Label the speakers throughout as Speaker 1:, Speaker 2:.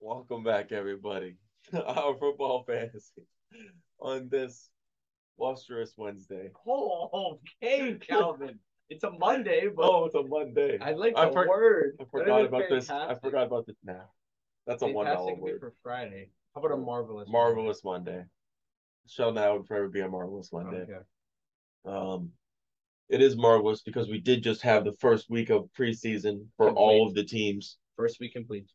Speaker 1: Welcome back, everybody, to our football fantasy on this lustrous Wednesday.
Speaker 2: Oh, okay, Calvin. it's a Monday, but
Speaker 1: Oh, it's a Monday.
Speaker 2: I like
Speaker 1: I
Speaker 2: the
Speaker 1: for-
Speaker 2: word.
Speaker 1: I
Speaker 2: Better
Speaker 1: forgot
Speaker 2: than
Speaker 1: about this. I
Speaker 2: fantastic.
Speaker 1: forgot about this. Nah, that's a one dollar
Speaker 2: Fantastic would be
Speaker 1: word.
Speaker 2: for Friday. How about a marvelous? Monday?
Speaker 1: Marvelous Monday. Shall now and forever be a marvelous Monday.
Speaker 2: Okay.
Speaker 1: Um, it is marvelous because we did just have the first week of preseason for
Speaker 2: Complete.
Speaker 1: all of the teams.
Speaker 2: First week complete.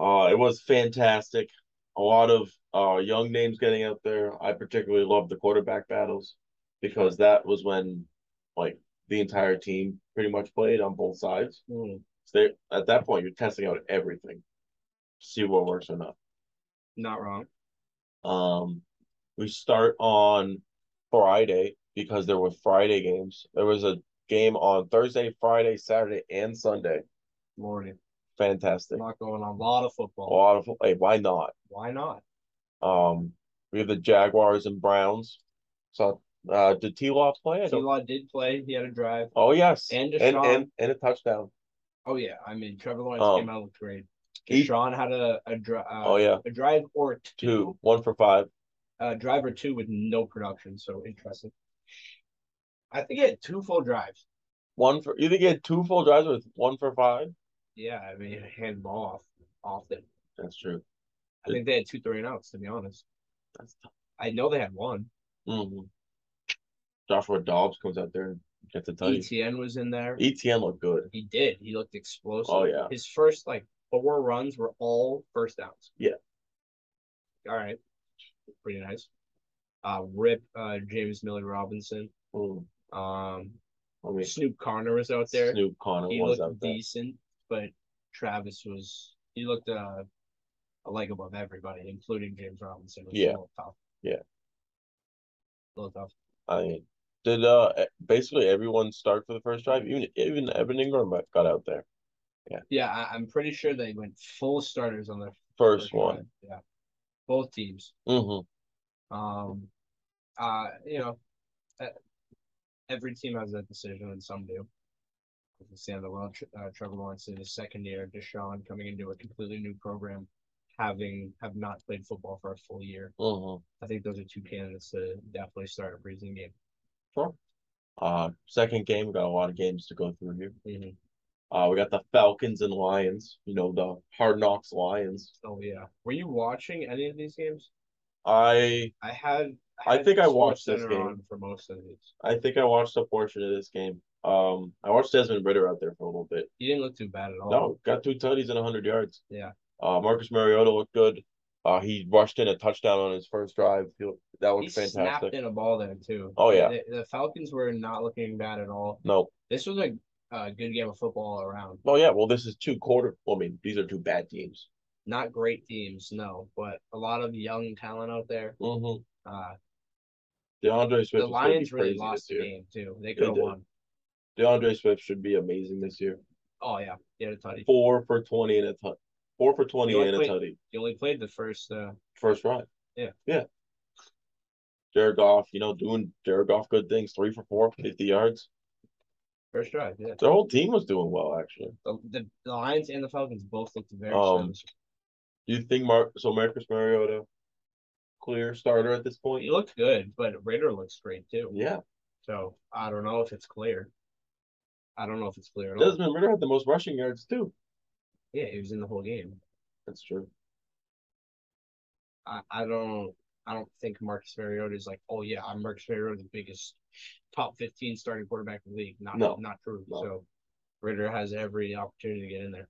Speaker 1: Uh, it was fantastic. A lot of uh young names getting out there. I particularly loved the quarterback battles because that was when like the entire team pretty much played on both sides.
Speaker 2: Mm,
Speaker 1: So they, at that point, you're testing out everything, see what works or not.
Speaker 2: not wrong.
Speaker 1: Um, we start on Friday because there were Friday games. There was a game on Thursday, Friday, Saturday, and Sunday.
Speaker 2: Lordy,
Speaker 1: Fantastic.
Speaker 2: not going on. A lot of
Speaker 1: A
Speaker 2: football.
Speaker 1: lot of hey, why not?
Speaker 2: Why not?
Speaker 1: Um, we have the Jaguars and Browns. So, uh, did T. Law play? I
Speaker 2: T.
Speaker 1: don't-
Speaker 2: Law did play. He had a drive.
Speaker 1: Oh yes,
Speaker 2: And
Speaker 1: and
Speaker 2: Deshaun.
Speaker 1: and and a touchdown.
Speaker 2: Oh yeah, I mean Trevor Lawrence
Speaker 1: Um,
Speaker 2: came out looked great.
Speaker 1: he-
Speaker 2: Deshaun had a a, dri- uh,
Speaker 1: Oh yeah,
Speaker 2: a drive or
Speaker 1: two, one for five.
Speaker 2: uh, drive or two with no production. So interesting. I think he had two full drives.
Speaker 1: One for you think he had two full drives with one for five?
Speaker 2: Yeah, I mean, hand ball off often.
Speaker 1: That's true.
Speaker 2: I think they had two three and outs, to be honest.
Speaker 1: That's tough.
Speaker 2: I know they had one.
Speaker 1: hmm Joshua Dobbs comes out there and gets a touchdown.
Speaker 2: ETN was in there.
Speaker 1: ETN looked good.
Speaker 2: He did. He looked explosive.
Speaker 1: Oh, yeah.
Speaker 2: His first like four runs were all first downs.
Speaker 1: Yeah.
Speaker 2: All right. Pretty nice. Uh, rip uh, James Millie Robinson.
Speaker 1: Mm.
Speaker 2: Um,
Speaker 1: I mean,
Speaker 2: Snoop Connor was out there.
Speaker 1: Snoop Connor
Speaker 2: he
Speaker 1: was
Speaker 2: looked
Speaker 1: out there.
Speaker 2: decent, but Travis was he looked uh a leg above everybody, including James Robinson. which is a
Speaker 1: Yeah.
Speaker 2: little tough.
Speaker 1: Yeah.
Speaker 2: A little tough.
Speaker 1: I mean, did uh e- basically everyone start for the first drive? Even even Evan Ingram got- got out there
Speaker 2: Yeah, I, I'm pretty sure they went full starters on their
Speaker 1: first
Speaker 2: first
Speaker 1: one.
Speaker 2: drive. Yeah, both teams.
Speaker 1: hmm
Speaker 2: Um, uh, you know, uh, every team has that decision, and some do. You can see on the world, uh, Trevor Lawrence in his second year, Deshaun coming into a completely new program, having have not played football for a full year.
Speaker 1: hmm
Speaker 2: I think those are two candidates to definitely start a preseason game.
Speaker 1: Uh, second game, we got a lot of games to go through here. Uh, we got the Falcons and Lions. You know the Hard Knocks Lions.
Speaker 2: Oh yeah. Were you watching any of these games?
Speaker 1: I
Speaker 2: I had.
Speaker 1: I
Speaker 2: had
Speaker 1: think I watched this
Speaker 2: SportsCenter
Speaker 1: game.
Speaker 2: on for most of these.
Speaker 1: I think I watched a portion of this game. Um, I watched Desmond Ritter out there for a little bit.
Speaker 2: He didn't look too bad at all.
Speaker 1: No, got two tutties and hundred yards.
Speaker 2: Oh. Yeah.
Speaker 1: Uh, Marcus Mariota looked good. Uh, he rushed in a touchdown on his first drive. He looked- that
Speaker 2: he
Speaker 1: was
Speaker 2: snapped
Speaker 1: fantastic.
Speaker 2: in a ball there too.
Speaker 1: Oh, yeah.
Speaker 2: The, the Falcons were not looking bad at all.
Speaker 1: No,
Speaker 2: This was a, a good game of football all around.
Speaker 1: oh yeah. Well, this is two quarter. Well, I mean, these are two bad teams.
Speaker 2: Not great teams, no, but a lot of young talent out there.
Speaker 1: Mm-hmm.
Speaker 2: Uh,
Speaker 1: DeAndre Swift.
Speaker 2: the
Speaker 1: is gonna be
Speaker 2: Lions really
Speaker 1: crazy
Speaker 2: lost
Speaker 1: this
Speaker 2: the
Speaker 1: year.
Speaker 2: game too. They could have
Speaker 1: did.
Speaker 2: won.
Speaker 1: DeAndre Swift should be amazing this year.
Speaker 2: Oh yeah, he had a tutty.
Speaker 1: Four for twenty and a tutty. Four for twenty
Speaker 2: You know,
Speaker 1: and a
Speaker 2: wait.
Speaker 1: tutty.
Speaker 2: He only played the first. Uh,
Speaker 1: First drive.
Speaker 2: Yeah.
Speaker 1: Yeah. Jared Goff, you know, doing Jared Goff good things. Three for four, 50 yards.
Speaker 2: First drive, yeah.
Speaker 1: Their whole team was doing well, actually.
Speaker 2: The, the, the Lions and the Falcons both looked very
Speaker 1: Um,
Speaker 2: similar.
Speaker 1: Do you think Mark so Marcus Mariota clear starter at this point?
Speaker 2: He looked good, but Raider looks great too.
Speaker 1: Yeah.
Speaker 2: So I don't know if it's clear. I don't know if it's clear at all.
Speaker 1: Desmond Ritter had the most rushing yards too.
Speaker 2: Yeah, he was in the whole game.
Speaker 1: That's true.
Speaker 2: I, I don't I don't think Marcus Mariota is like, oh yeah, I'm Marcus Mariota, the biggest top fifteen starting quarterback in the league. Not
Speaker 1: No.
Speaker 2: not true.
Speaker 1: No.
Speaker 2: So Ritter has every opportunity to get in there.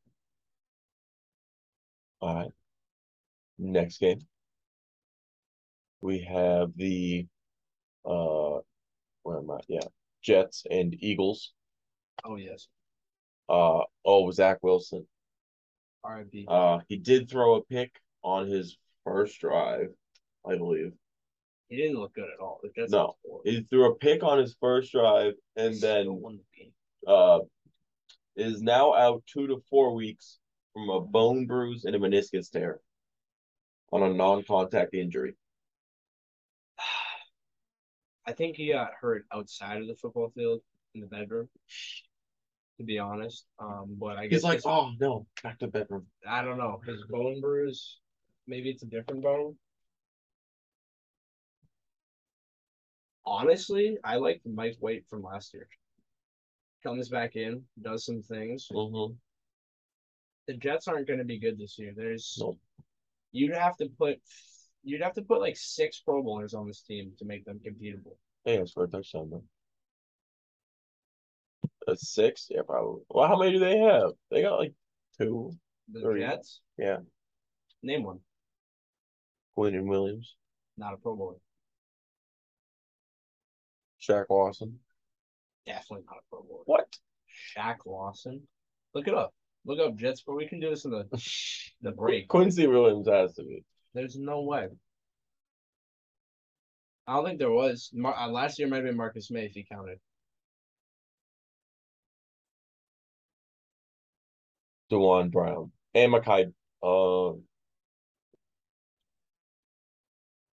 Speaker 1: All right. Next game. We have the uh where am I? Yeah. Jets and Eagles.
Speaker 2: Oh yes.
Speaker 1: Uh oh, Zach Wilson.
Speaker 2: RIP.
Speaker 1: Uh, he did throw a pick on his first drive, I believe.
Speaker 2: he didn't look good at all. The Jets
Speaker 1: No.
Speaker 2: scored.
Speaker 1: He threw a pick on his first drive and
Speaker 2: Still
Speaker 1: then
Speaker 2: won the game.
Speaker 1: uh is now out two to four weeks from a bone bruise and a meniscus tear on a non-contact injury.
Speaker 2: I think he got hurt outside of the football field in the bedroom. to be honest. Um, but I guess
Speaker 1: He's like,
Speaker 2: his-
Speaker 1: oh no, back to bedroom.
Speaker 2: I don't know his bone bruise. Maybe it's a different bone. Honestly, I like Mike White from last year. Comes back in, does some things.
Speaker 1: Mm-hmm.
Speaker 2: The Jets aren't going to be good this year. There's
Speaker 1: Nope.
Speaker 2: you'd have to put you'd have to put like six Pro Bowlers on this team to make them competitive.
Speaker 1: I think it's for a touchdown though. A six? Yeah, probably. Well, how many do they have? They got like two.
Speaker 2: The
Speaker 1: Three.
Speaker 2: Jets,
Speaker 1: Yeah.
Speaker 2: name one,
Speaker 1: Quinn and Williams,
Speaker 2: not a Pro Bowler.
Speaker 1: Shaq Lawson.
Speaker 2: Definitely not a Pro Bowler.
Speaker 1: What?
Speaker 2: Shaq Lawson. Look it up. Look up Jets, but we can do this in the the break.
Speaker 1: Quincy Williams has to be.
Speaker 2: There's no way. I don't think there was. Mar- uh, last year might have been Marcus May if he counted.
Speaker 1: Dewan Brown. And Makai. Uh,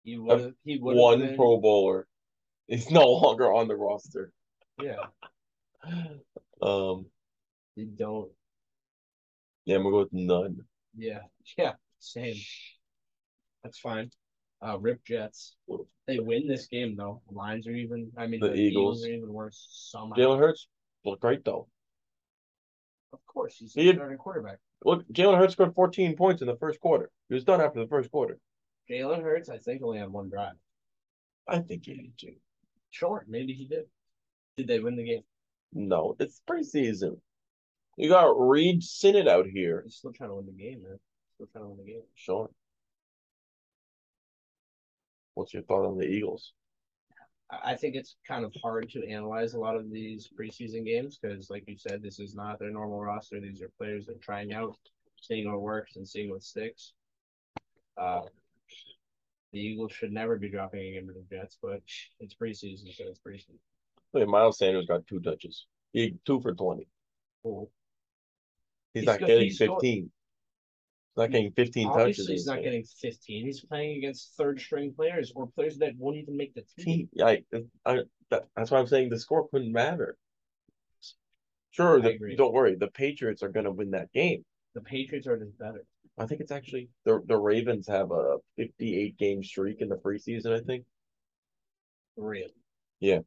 Speaker 2: He would. He would.
Speaker 1: one Pro Bowler. He's no longer on the roster.
Speaker 2: Yeah.
Speaker 1: Um,
Speaker 2: You don't.
Speaker 1: yeah, I'm gonna go with none.
Speaker 2: Yeah. Yeah. Same. That's fine. Uh, rip Jets. They win this game though. Lines are even. I mean,
Speaker 1: The
Speaker 2: the, Eagles.
Speaker 1: Eagles.
Speaker 2: are even worse. Somehow.
Speaker 1: Jalen Hurts looked great though.
Speaker 2: Of course, he's
Speaker 1: He
Speaker 2: the
Speaker 1: had-
Speaker 2: starting quarterback.
Speaker 1: Look, Jalen Hurts scored 14 points in the first quarter. He was done after the first quarter.
Speaker 2: Jalen Hurts, I think, only had one drive.
Speaker 1: I think he did too.
Speaker 2: Sure, maybe he did. Did they win the game?
Speaker 1: No, it's preseason. You got Reed Sinnott out here.
Speaker 2: They're still trying to win the game, man. Still trying to win the game.
Speaker 1: Sean. What's your thought on the Eagles?
Speaker 2: I I think it's kind of hard to analyze a lot of these preseason games because, like you said, this is not their normal roster. These are players they're trying out, seeing what works and seeing what sticks. Uh, the Eagles should never be dropping a game to the Jets, but it's preseason, so it's preseason.
Speaker 1: Look, at Miles Sanders got two touches. He two for 20.
Speaker 2: Cool.
Speaker 1: He's,
Speaker 2: He's
Speaker 1: not
Speaker 2: go-
Speaker 1: getting
Speaker 2: he's
Speaker 1: 15.
Speaker 2: go-
Speaker 1: he's not getting 15 touches.
Speaker 2: Obviously,
Speaker 1: in
Speaker 2: he's
Speaker 1: this
Speaker 2: not
Speaker 1: game.
Speaker 2: getting 15. He's playing against third string players or players that won't even make the team.
Speaker 1: team. Like I, that, that's why I'm saying the score couldn't matter. Sure,
Speaker 2: I
Speaker 1: the,
Speaker 2: agree.
Speaker 1: don't worry. The Patriots are going to win that game.
Speaker 2: The Patriots are just better.
Speaker 1: I think it's actually the the Ravens have a 58 game streak in the preseason. I think
Speaker 2: Really?
Speaker 1: Yeah.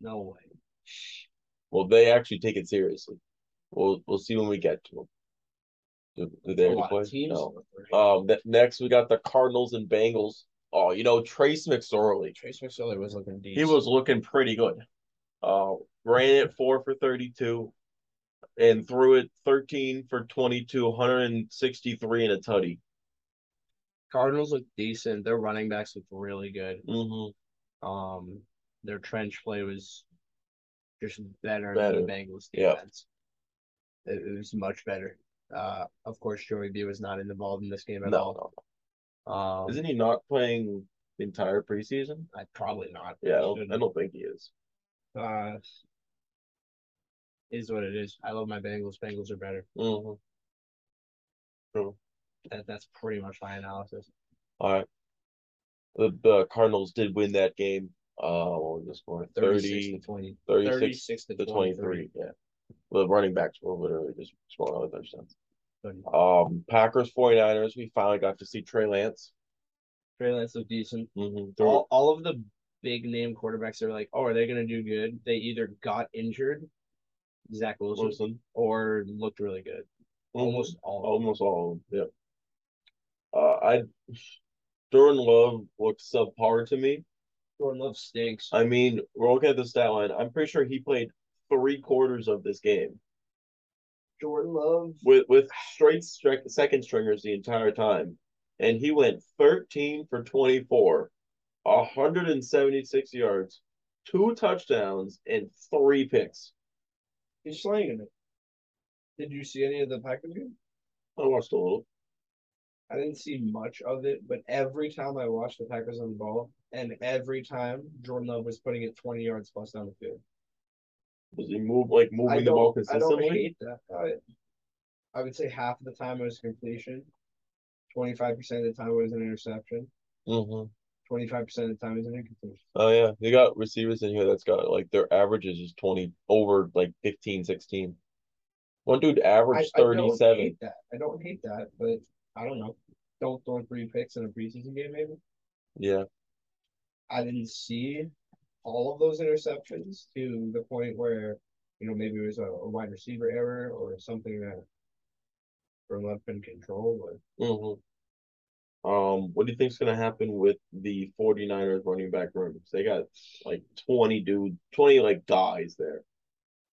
Speaker 2: No way.
Speaker 1: Well, they actually take it seriously. We'll we'll see when we get to them. Do, do they
Speaker 2: A
Speaker 1: already
Speaker 2: lot
Speaker 1: play?
Speaker 2: of teams.
Speaker 1: No. Um. th- next, we got the Cardinals and Bengals. Oh, you know Trace McSorley.
Speaker 2: Trace McSorley was looking
Speaker 1: He
Speaker 2: decent.
Speaker 1: was looking pretty good. Uh, ran it four for 32 and threw it 13 for 22, 163 and a tutty.
Speaker 2: Cardinals look decent. Their running backs look really good.
Speaker 1: Mm-hmm.
Speaker 2: Um, their trench play was just better,
Speaker 1: Better.
Speaker 2: than the Bengals
Speaker 1: Yeah.
Speaker 2: defense. It, it was much better. Uh, of course, Joey B was not involved in this game at
Speaker 1: No, no.
Speaker 2: all. Um,
Speaker 1: Isn't he not playing the entire preseason?
Speaker 2: I, probably not.
Speaker 1: Yeah, I don't,
Speaker 2: Shouldn't.
Speaker 1: I don't think he is.
Speaker 2: Uh, is what it is. I love my Bengals. Bengals are better.
Speaker 1: Mm-hmm.
Speaker 2: That that's pretty much my analysis.
Speaker 1: All right. The, the Cardinals did win that game. Uh, what was the score?
Speaker 2: 36 to
Speaker 1: 30,
Speaker 2: 20.
Speaker 1: 36
Speaker 2: 36 to
Speaker 1: to 23. Yeah. The running backs were literally just scoring all the touchdowns.
Speaker 2: 23.
Speaker 1: Um, Packers 49ers, we finally got to see Trey Lance.
Speaker 2: Trey Lance looked decent.
Speaker 1: Mm-hmm.
Speaker 2: all, all of the big name quarterbacks that were like, oh, are they going to do good? They either got injured, Zach Wilson,
Speaker 1: Wilson. Mm-hmm. Oh.
Speaker 2: or looked really good. Almost all. Of them.
Speaker 1: almost all of them. Yeah. Uh, I Jordan Love looks subpar to me.
Speaker 2: Jordan Love stinks.
Speaker 1: I mean, we're looking at the stat line. I'm pretty sure he played three quarters of this game
Speaker 2: Jordan Love.
Speaker 1: with with straight stri- second stringers the entire time, and he went 13 for 24, 176 yards, two touchdowns, and three picks.
Speaker 2: He's slanging it. Did you see any of the Packers game?
Speaker 1: I watched a little.
Speaker 2: I didn't see much of it, but every time I watched the Packers on the ball, and every time Jordan Love was putting it 20 yards plus down the field.
Speaker 1: Does he move like
Speaker 2: I
Speaker 1: moving the ball
Speaker 2: don't, I
Speaker 1: consistently?
Speaker 2: don't hate that. I, I would say half of the time it was completion, 25% of the time it was an interception.
Speaker 1: Mm-hmm.
Speaker 2: 25 percent of the time he's an incompletion.
Speaker 1: Oh yeah, they got receivers in here that's got like their averages is twenty over like 15, 16. One dude averaged
Speaker 2: I, I
Speaker 1: thirty
Speaker 2: don't
Speaker 1: seven.
Speaker 2: hate that. I don't hate that, but I don't know. Don't throw three picks in a preseason game, maybe.
Speaker 1: Yeah,
Speaker 2: I didn't see all of those interceptions to the point where, you know, maybe it was a, a wide receiver error or something that Burlap can control. But
Speaker 1: hmm Um, what do you think's gonna happen with the 49ers running back rooms? They got like 20 dude, 20 like guys there.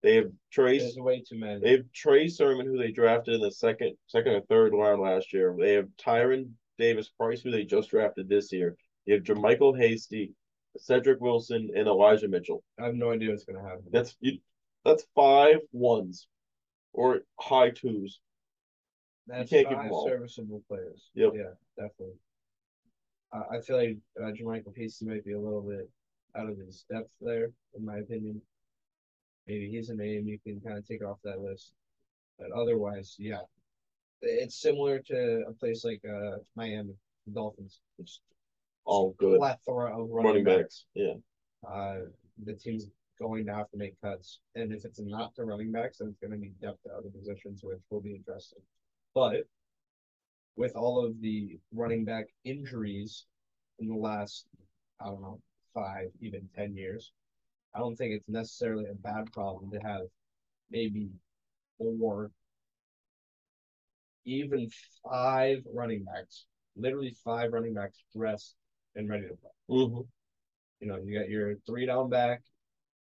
Speaker 1: They have Trace,
Speaker 2: there's way too many.
Speaker 1: they have Trey Sermon, who they drafted in the second, second or third round last year. They have Tyron Davis Price, who they just drafted this year. They have Jermichael Hasty, Cedric Wilson, and Elijah Mitchell.
Speaker 2: I have no idea what's going to happen.
Speaker 1: That's you, that's five ones or high twos.
Speaker 2: That's
Speaker 1: can't give
Speaker 2: five
Speaker 1: them all.
Speaker 2: serviceable players.
Speaker 1: Yep.
Speaker 2: Yeah, definitely. I I feel like uh, Jermichael Hasty might be a little bit out of his depth there, in my opinion. Maybe he's a name you can kind of take off that list. But otherwise, yeah. It's similar to a place like uh, Miami Dolphins. It's
Speaker 1: All good
Speaker 2: plethora of
Speaker 1: running
Speaker 2: running, backs.
Speaker 1: backs. Yeah.
Speaker 2: Uh, the team's going to have to make cuts. And if it's not the running backs, then it's going to be depth at other positions, which will be interesting. But with all of the running back injuries in the last, I don't know, five, even 10 years, I don't think it's necessarily a bad problem to have maybe four, even five running backs, literally five running backs dressed and ready to play.
Speaker 1: hmm
Speaker 2: You know, you got your three down back,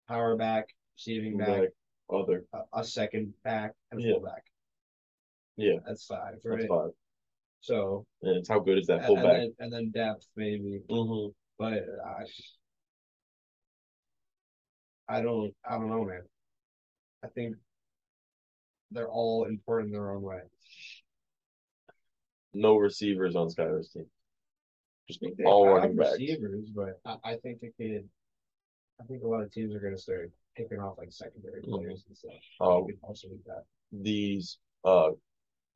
Speaker 2: power back, receiving back,
Speaker 1: Like other.
Speaker 2: a, a second back, and a
Speaker 1: Yeah.
Speaker 2: fullback.
Speaker 1: Yeah.
Speaker 2: That's five, right?
Speaker 1: That's five.
Speaker 2: So
Speaker 1: And it's how good is that
Speaker 2: and, and
Speaker 1: fullback?
Speaker 2: then and then mm-hmm. depth maybe,
Speaker 1: hmm
Speaker 2: but I, I don't I don't know, man. I think they're all important in their own way.
Speaker 1: No receivers on Skyler's team. Just
Speaker 2: I think they
Speaker 1: all
Speaker 2: have
Speaker 1: running backs.
Speaker 2: receivers, but I, I think it could. I think a lot of teams are going to start picking off like secondary
Speaker 1: Mhm.
Speaker 2: players and stuff.
Speaker 1: Um,
Speaker 2: We could also do that.
Speaker 1: these uh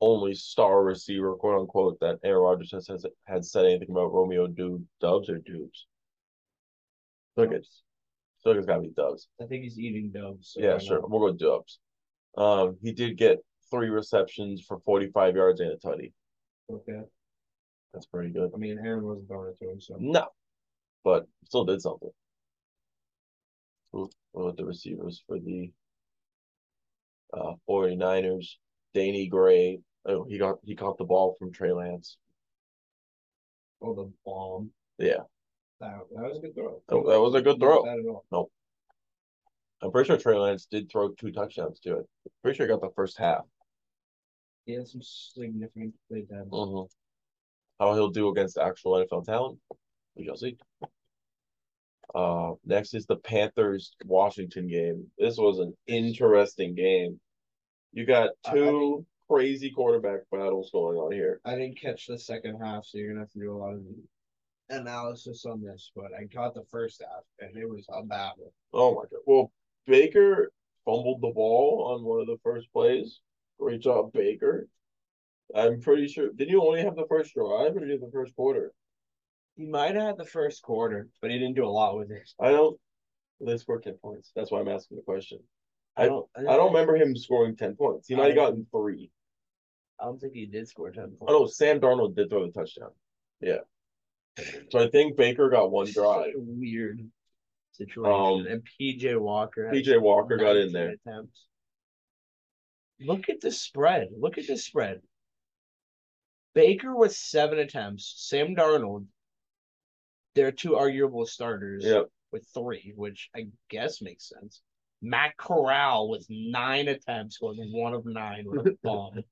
Speaker 1: only star receiver, quote unquote, that Aaron Rodgers has, has had said anything about Romeo dude Dubs or Dubes. Look at look it's gotta be Dubs.
Speaker 2: I think he's eating doves. so
Speaker 1: yeah,
Speaker 2: why
Speaker 1: sure.
Speaker 2: not?
Speaker 1: We'll go Dubs. Um he did get three receptions for forty five yards and a tutty.
Speaker 2: Okay.
Speaker 1: That's pretty good.
Speaker 2: I mean, Aaron wasn't throwing it to him, so
Speaker 1: No. But still did something. Ooh, What about the receivers for the uh 49ers? Danny Gray. Oh, he got he caught the ball from Trey Lance.
Speaker 2: oh, the bomb.
Speaker 1: Yeah.
Speaker 2: That, that was a good throw.
Speaker 1: That, that was a good throw.
Speaker 2: Not bad at all.
Speaker 1: I'm pretty sure Trey Lance did throw two touchdowns to it. Pretty sure he got the first half.
Speaker 2: He had some significant play time.
Speaker 1: hmm Mm-hmm. How he'll do against actual NFL talent, we shall see. Uh, next is the Panthers Washington game. This was an interesting game. You got
Speaker 2: I- I
Speaker 1: two crazy quarterback battles going on here.
Speaker 2: I didn't catch the second half, so you're gonna have to do a lot of analysis on this. But I caught the first half, and it was a battle.
Speaker 1: Oh my god! Well, Baker fumbled the ball on one of the first plays. Great job, Baker. I'm pretty sure. Did you only have the first drive, or did you have the first quarter?
Speaker 2: He might have had the first quarter, but he didn't do a lot with it.
Speaker 1: I don't. They scored ten points. That's why I'm asking the question. I don't. I don't remember him scoring ten points. He might have gotten three.
Speaker 2: I don't think he did score ten points.
Speaker 1: Oh no, Sam Darnold did throw the touchdown. Yeah. So I think Baker got one drive.
Speaker 2: Such a weird situation.
Speaker 1: Um,
Speaker 2: and PJ Walker. had
Speaker 1: PJ Walker got in
Speaker 2: 19
Speaker 1: there.
Speaker 2: attempts. Look at the spread. Look at the spread. Baker with seven attempts. Sam Darnold, their two arguable starters,
Speaker 1: Yep.
Speaker 2: with three, which I guess makes sense. Matt Corral with nine attempts, was one of nine with a bomb.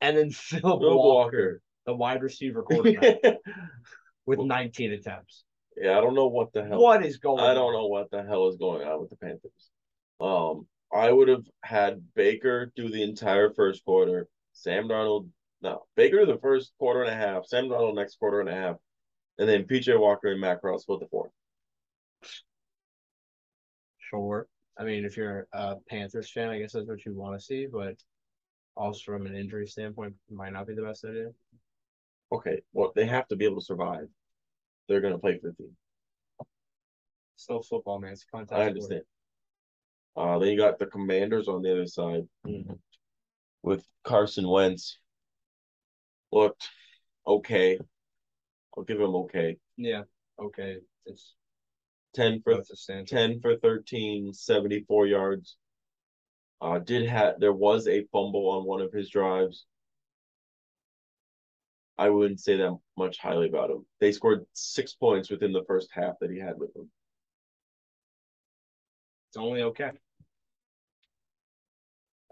Speaker 2: and then Phil
Speaker 1: Bill
Speaker 2: Walker,
Speaker 1: Walker.
Speaker 2: the wide receiver
Speaker 1: yeah,
Speaker 2: quarterback, with 19 attempts.
Speaker 1: I don't know what the hell.
Speaker 2: What is going on?
Speaker 1: I don't know what the hell is going on with the Panthers. Um, I would have had Baker do the entire first quarter. Sam Darnold, no, Baker the first quarter and a half. Sam Darnold next quarter and a half, and then PJ Walker and Matt Cross split the fourth.
Speaker 2: Sure. I mean, if you're a Panthers fan, I guess that's what you want to see, but also from an injury standpoint, might not be the best idea.
Speaker 1: Okay, well they have to be able to survive. they're gonna play fifteen.
Speaker 2: Still football, man. It's a contact.
Speaker 1: I
Speaker 2: sport.
Speaker 1: understand. Uh, then you got the Commanders on the other side
Speaker 2: Mhm.
Speaker 1: with Carson Wentz. Looked okay. I'll give him okay.
Speaker 2: Yeah. Okay. It's
Speaker 1: Ten for
Speaker 2: it's a stand.
Speaker 1: 10 for 13, 74 yards. Uh, did have there was a fumble on one of his drives. I wouldn't say that much highly about him. They scored six points within the first half that he had with them.
Speaker 2: It's only okay.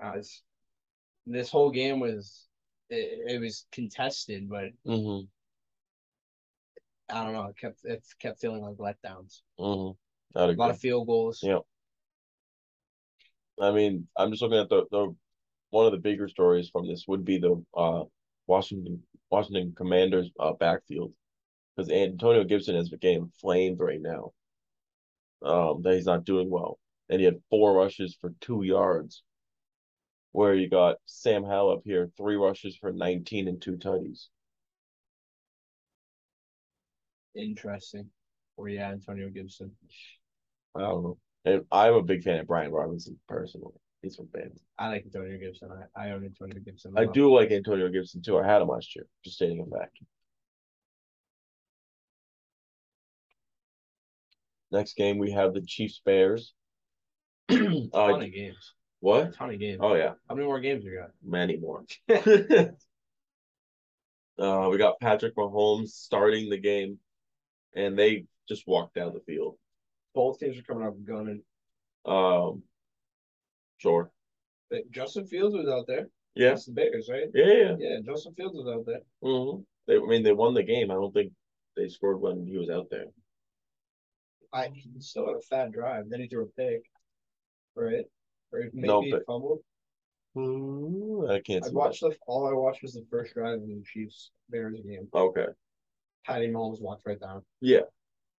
Speaker 2: Uh, it's, this whole game was it, it was contested, but
Speaker 1: Mm-hmm.
Speaker 2: I don't know. It kept it kept feeling like letdowns.
Speaker 1: Mm-hmm. Not
Speaker 2: A lot of field goals.
Speaker 1: Yeah. I mean, I'm just looking at the, the one of the bigger stories from this would be the uh Washington Washington Commanders uh backfield because Antonio Gibson has became flamed right now. Um, that he's not doing well, and he had four rushes for two yards. Where you got Sam Howell up here, three rushes for 19 and two tutties.
Speaker 2: Interesting. Or yeah, Antonio Gibson.
Speaker 1: I don't know. And I'm a big fan of Brian Robinson personally. He's from Bama.
Speaker 2: I like Antonio Gibson. I, I own Antonio Gibson.
Speaker 1: I
Speaker 2: love-
Speaker 1: do like Antonio Gibson too. I had him last year, just stating a fact. Next game we have the Chiefs Bears.
Speaker 2: ton
Speaker 1: uh,
Speaker 2: of games. A
Speaker 1: what?
Speaker 2: ton of games.
Speaker 1: Oh yeah,
Speaker 2: How many more games you got?
Speaker 1: many more. uh, we got Patrick Mahomes starting the game, and they just walked down the field.
Speaker 2: Both teams are coming up gunning.
Speaker 1: Um, sure.
Speaker 2: But Uh, Justin Fields was out there.
Speaker 1: Yeah.
Speaker 2: That's the Bears, right?
Speaker 1: Yeah. yeah.
Speaker 2: Yeah, Justin Fields was out there.
Speaker 1: hmm They, I mean, they won the game. I don't think they scored when he was out there.
Speaker 2: I he still had a fat drive. Then he threw a pick, right? Or maybe
Speaker 1: No,
Speaker 2: he
Speaker 1: but-
Speaker 2: fumbled.
Speaker 1: Ooh, I can't
Speaker 2: Mm-hmm. I
Speaker 1: see.
Speaker 2: watched the all I watched was the first drive of the Chiefs Bears game.
Speaker 1: that. Okay.
Speaker 2: Patty Mahomes walks right down.
Speaker 1: Yeah.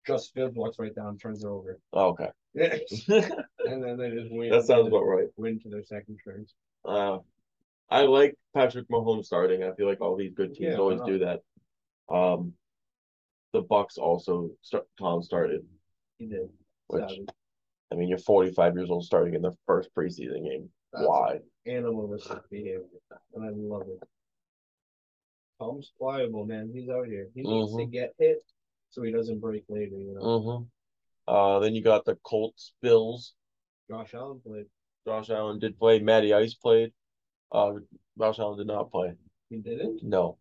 Speaker 2: Justin Fields walks right down, turns it over,
Speaker 1: Oh, Okay.
Speaker 2: and
Speaker 1: that
Speaker 2: then they just win.
Speaker 1: sounds about right.
Speaker 2: win to their second strings.
Speaker 1: Uh, I like Patrick Mahomes starting. I feel like all these good teams
Speaker 2: Yeah, why
Speaker 1: always
Speaker 2: not?
Speaker 1: do that. Um, the Bucks also start, Tom started,
Speaker 2: He did.
Speaker 1: which
Speaker 2: Savage.
Speaker 1: I mean, you're 45 years old starting in the first preseason game.
Speaker 2: That's
Speaker 1: Why?
Speaker 2: animalistic behavior, and I love it. Tom's pliable, man. He's out here. He needs to
Speaker 1: Mhm.
Speaker 2: get hit so he doesn't break later. You know,
Speaker 1: Mm-hmm. Uh, then you got the Colts, Bills.
Speaker 2: Josh Allen played.
Speaker 1: Josh Allen did play. Matty Ice played. Uh, Josh Allen did not play.
Speaker 2: He didn't.
Speaker 1: No.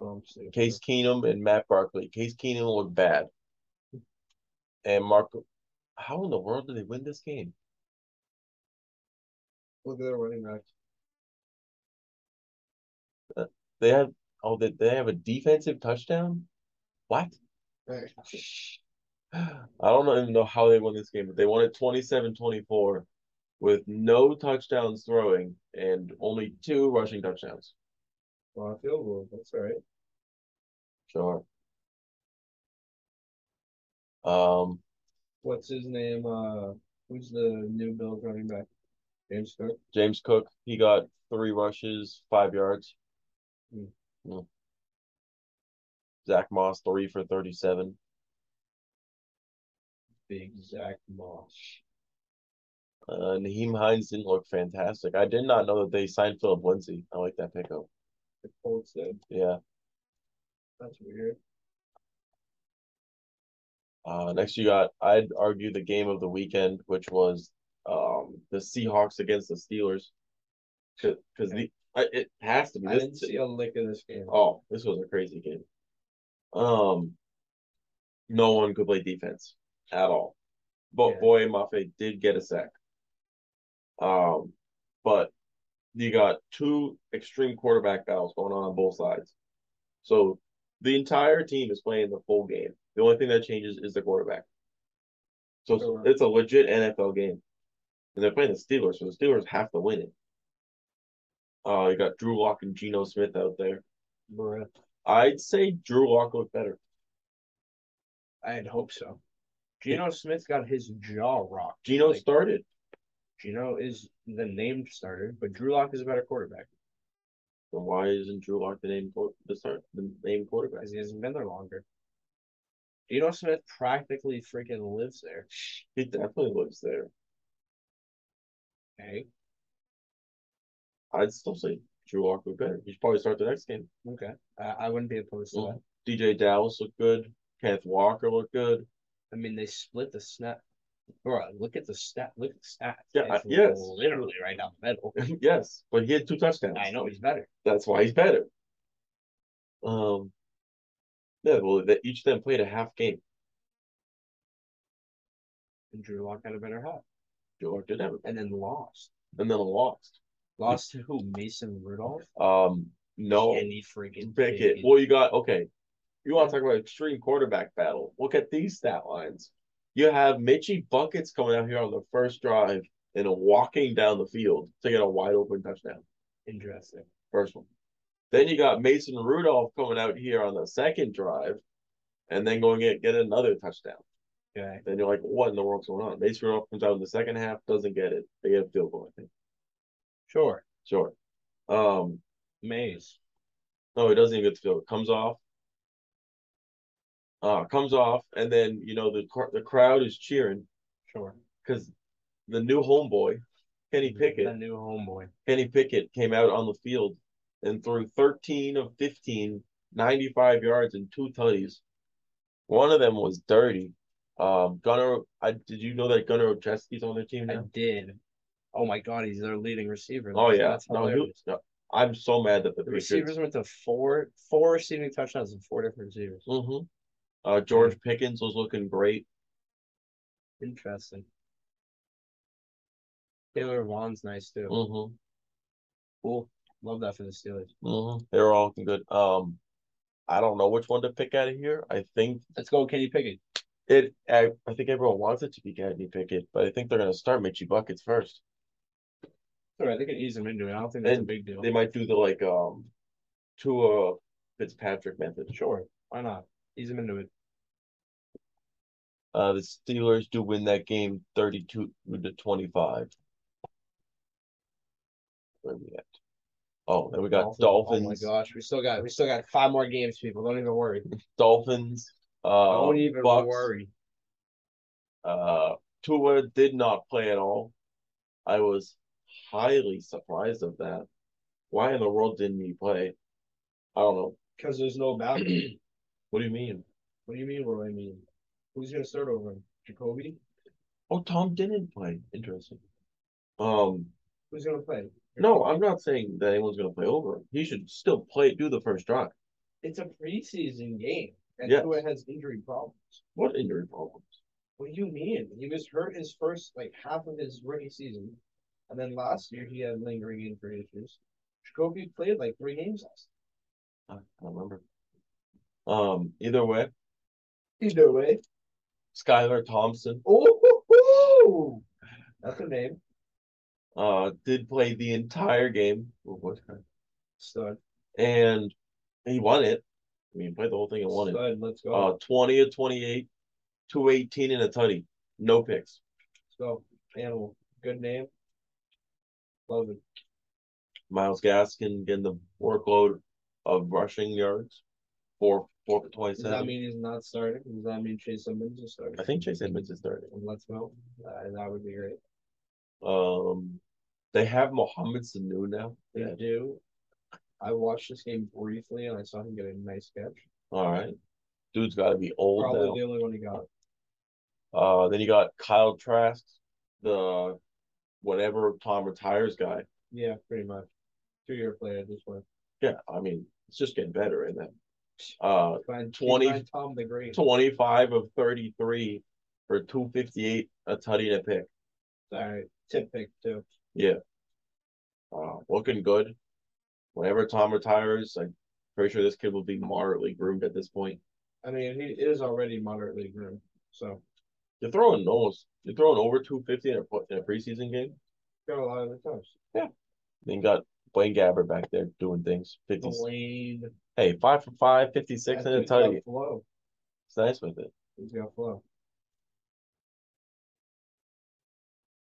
Speaker 2: Um, so-
Speaker 1: Case Keenum and Matt Barkley. Case Keenum looked bad. And Marco, how in the world did they win this game?
Speaker 2: Look at their running back.
Speaker 1: They have oh they, they have a defensive touchdown? What?
Speaker 2: Hey,
Speaker 1: I don't even know how they won this game, but they won it 27-24 with no touchdowns throwing and only two rushing touchdowns.
Speaker 2: A lot of field goals. That's all right.
Speaker 1: Sure. Um
Speaker 2: What's his name? Uh, who's the new Bills running back? James Cook.
Speaker 1: James Cook, he got three rushes, five yards.
Speaker 2: Hmm.
Speaker 1: Mm. Zach Moss, three for 37.
Speaker 2: Big Zach Moss.
Speaker 1: Uh, Naheem Hines didn't look fantastic. I did not know that they signed Philip Lindsay. I like that pickup.
Speaker 2: The Colts did.
Speaker 1: Yeah.
Speaker 2: That's weird.
Speaker 1: Uh, next, you got, I'd argue, the game of the weekend, which was um, the Seahawks against the Steelers. Because the I, it has to be.
Speaker 2: I
Speaker 1: This,
Speaker 2: didn't see a lick of this game.
Speaker 1: Oh, this was a crazy game. Um, no one could play defense at all. But
Speaker 2: Yeah.
Speaker 1: Boy Mafe did get a sack. Um, but you got two extreme quarterback battles going on on both sides. So the entire team is playing the full game. The only thing that changes is the quarterback. So it's-
Speaker 2: Correct.
Speaker 1: it's a legit NFL game. And they're playing the Steelers, so the Steelers have to win it. Uh, you got Drew Lock and Geno Smith out there.
Speaker 2: Bruh.
Speaker 1: I'd say Drew Lock looked better.
Speaker 2: I had hope so. Geno Smith got his jaw rocked.
Speaker 1: Gino
Speaker 2: Like,
Speaker 1: started.
Speaker 2: Geno is the named starter, but Drew Lock is a better quarterback
Speaker 1: Then why isn't Drew Lock the name quar- the start the name quarterback?
Speaker 2: because he hasn't been there longer. Geno Smith practically freaking lives there.
Speaker 1: He definitely lives there.
Speaker 2: Hey,
Speaker 1: I'd still say Drew Lock would be better. He should probably start the next game.
Speaker 2: okay. Uh, I wouldn't be opposed
Speaker 1: Mm-hmm.
Speaker 2: to that.
Speaker 1: DJ Dallas looked good. Kenneth Walker looked good.
Speaker 2: I mean, they split the snap. Bro, look at the stat. Look at the stats.
Speaker 1: Yeah, I-
Speaker 2: It's
Speaker 1: yes.
Speaker 2: literally right down the middle.
Speaker 1: yes, but he had two touchdowns.
Speaker 2: I know he's better.
Speaker 1: That's why he's better. Um, yeah. Well, they, each of them played a half game.
Speaker 2: And Drew Lock had a better hat,
Speaker 1: Drew Lock did have it,
Speaker 2: and then lost.
Speaker 1: and then lost.
Speaker 2: Lost to who? Mason Rudolph.
Speaker 1: Um, no.
Speaker 2: Kenny freaking
Speaker 1: Pickett. Well, you got okay. You want to talk about extreme quarterback battle? Look at these stat lines. You have Mitchie buckets coming out here on the first drive and walking down the field to get a wide open touchdown.
Speaker 2: Interesting.
Speaker 1: First one. Then you got Mason Rudolph coming out here on the second drive, and then going get get another touchdown.
Speaker 2: Okay.
Speaker 1: Then you're like, what in the world's going on? Mason Rudolph comes out in the second half, doesn't get it. They get a field goal, I think.
Speaker 2: Sure.
Speaker 1: Sure. Um,
Speaker 2: Mays.
Speaker 1: No, Oh, it doesn't even get to field. It comes off. Uh, comes off, and then you know the cr- the crowd is cheering
Speaker 2: Sure.
Speaker 1: because the new homeboy, Kenny
Speaker 2: The
Speaker 1: Pickett,
Speaker 2: new homeboy.
Speaker 1: Kenny Pickett came out on the field and threw 13 of 15, 95 yards and two tutties. One of them was dirty. Um, Gunnar, I did you know that Gunnar Ocheski's on their team
Speaker 2: I
Speaker 1: now?
Speaker 2: did. Oh my god, he's their leading receiver.
Speaker 1: Oh
Speaker 2: That's-
Speaker 1: yeah,
Speaker 2: That's
Speaker 1: no,
Speaker 2: hilarious.
Speaker 1: he, no, I'm so mad that the
Speaker 2: The
Speaker 1: Patriots
Speaker 2: receivers went to four four receiving touchdowns and four different receivers.
Speaker 1: Mm-hmm. Uh, George Pickens was looking great.
Speaker 2: Interesting. Taylor Vaughn's nice too.
Speaker 1: Mm-hmm.
Speaker 2: Cool. Love that for the Steelers.
Speaker 1: hmm They're all good. Um, I don't know which one to pick out of here. I think
Speaker 2: Let's go, Kenny Pickett.
Speaker 1: it. I, I think everyone wants it to be Kenny Pickett, but I think they're gonna start Mitchie buckets first.
Speaker 2: All right, they can ease him into it. I don't think that's a
Speaker 1: And
Speaker 2: big deal.
Speaker 1: They might do the like um, Tua Fitzpatrick method.
Speaker 2: Sure. Why not? Ease him into it.
Speaker 1: Uh, the Steelers do win that game, thirty-two to twenty-five. Where we at? Oh, then we got Dolphins.
Speaker 2: Oh my gosh, we still got we still got five more games, people. Don't even worry.
Speaker 1: Dolphins. Uh,
Speaker 2: Don't even
Speaker 1: Bucks.
Speaker 2: worry.
Speaker 1: Uh, Tua did not play at all. I was highly surprised of that. Why in the world didn't he play? I don't know.
Speaker 2: Because there's no battle.
Speaker 1: What do you mean?
Speaker 2: What do you mean? What do I mean? Who's gonna start over him? Jacoby?
Speaker 1: Oh, Tom didn't play. Interesting. Um,
Speaker 2: Who's gonna play?
Speaker 1: no, I'm not saying that anyone's gonna play over. him. He should still play, do the first drive.
Speaker 2: It's a preseason game, and
Speaker 1: Yes.
Speaker 2: Tua has injury problems.
Speaker 1: What injury problems?
Speaker 2: What do you mean? He was hurt his first like half of his rookie season, and then last year he had lingering injury issues. Jacoby played like three games last.
Speaker 1: I I don't remember. Um, either way,
Speaker 2: Either way,
Speaker 1: Skylar Thompson
Speaker 2: oh, that's a name.
Speaker 1: uh did play the entire game. Well, what-
Speaker 2: Stud,
Speaker 1: And he won it. I mean, he played the whole thing and won it.
Speaker 2: stud. Let's go.
Speaker 1: Uh, 20 of 28, 218 and a tutty. No picks.
Speaker 2: let's go. Animal, good name. Love it.
Speaker 1: Miles Gaskin getting the workload of rushing yards. Four, four for
Speaker 2: Does that
Speaker 1: 27.
Speaker 2: mean he's not starting? Does that mean Chase Simmons is starting?
Speaker 1: I think Chase Edmonds is 30.
Speaker 2: And let's go. Uh, that would be great.
Speaker 1: Um, they have Mohammed Sanu now.
Speaker 2: They do. I watched this game briefly and I saw him get a nice catch.
Speaker 1: All right. Dude's got to be old
Speaker 2: Probably
Speaker 1: now.
Speaker 2: the only one he got.
Speaker 1: Uh, then you got Kyle Trask, the whatever Tom retires guy.
Speaker 2: Yeah, pretty much. Two year player at this point.
Speaker 1: Yeah, I mean, it's just getting better in them. Uh,
Speaker 2: Find,
Speaker 1: 20
Speaker 2: find Tom the Great.
Speaker 1: 25 of 33 for 258, a tutty and a pick.
Speaker 2: Sorry, tip pick too.
Speaker 1: Uh, looking good. Whenever Tom retires, I'm pretty sure this kid will be moderately groomed at this point.
Speaker 2: I mean, he is already moderately groomed. So
Speaker 1: You're throwing almost, you're throwing over 250 in a, pl- in a preseason game.
Speaker 2: got a lot of the times.
Speaker 1: Then you got Blaine Gabbert back there doing things. 50,
Speaker 2: Oh, Blaine.
Speaker 1: hey, five for five, 56 and a
Speaker 2: He's got
Speaker 1: tutty.
Speaker 2: flow.
Speaker 1: It's nice with it.
Speaker 2: He's got flow.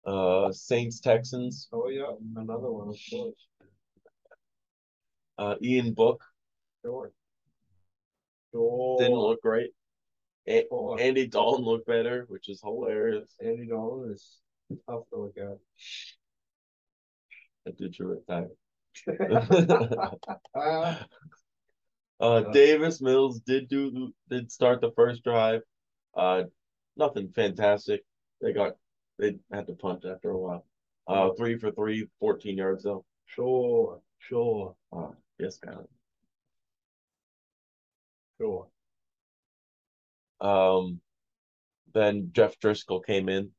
Speaker 1: Uh, Saints Texans.
Speaker 2: Oh yeah, another one of course.
Speaker 1: Uh, Ian Book
Speaker 2: Sure. Sure. Oh.
Speaker 1: didn't look great. A-
Speaker 2: Or-
Speaker 1: Andy Dalton looked better, which is hilarious.
Speaker 2: Andy Dalton is tough to look at.
Speaker 1: That dude's your
Speaker 2: Uh,
Speaker 1: Uh,
Speaker 2: Yeah.
Speaker 1: Davis Mills did do did start the first drive. Uh, nothing fantastic. They got they had to punt after a while. Uh, three for three, 14 yards though.
Speaker 2: sure, sure,
Speaker 1: Uh, yes, kind
Speaker 2: sure.
Speaker 1: Um, then Jeff Driscoll came in.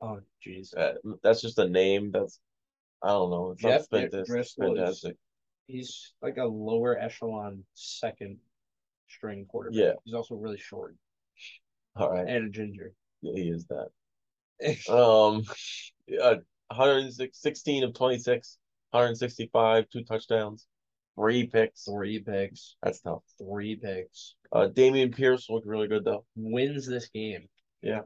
Speaker 2: Oh, jeez.
Speaker 1: Uh, that's just a name. That's I don't know. It's
Speaker 2: Jeff
Speaker 1: not fantastic.
Speaker 2: Driscoll is-
Speaker 1: fantastic.
Speaker 2: He's like a lower echelon second string quarterback.
Speaker 1: Yeah.
Speaker 2: He's also really short
Speaker 1: All right,
Speaker 2: and a ginger.
Speaker 1: yeah, he is that. Um, uh, 106, 16 of 26, 165, two touchdowns, three picks.
Speaker 2: three picks.
Speaker 1: That's tough.
Speaker 2: Three picks.
Speaker 1: Uh, Damian Pierce looked really good though.
Speaker 2: Wins this game.
Speaker 1: Yeah.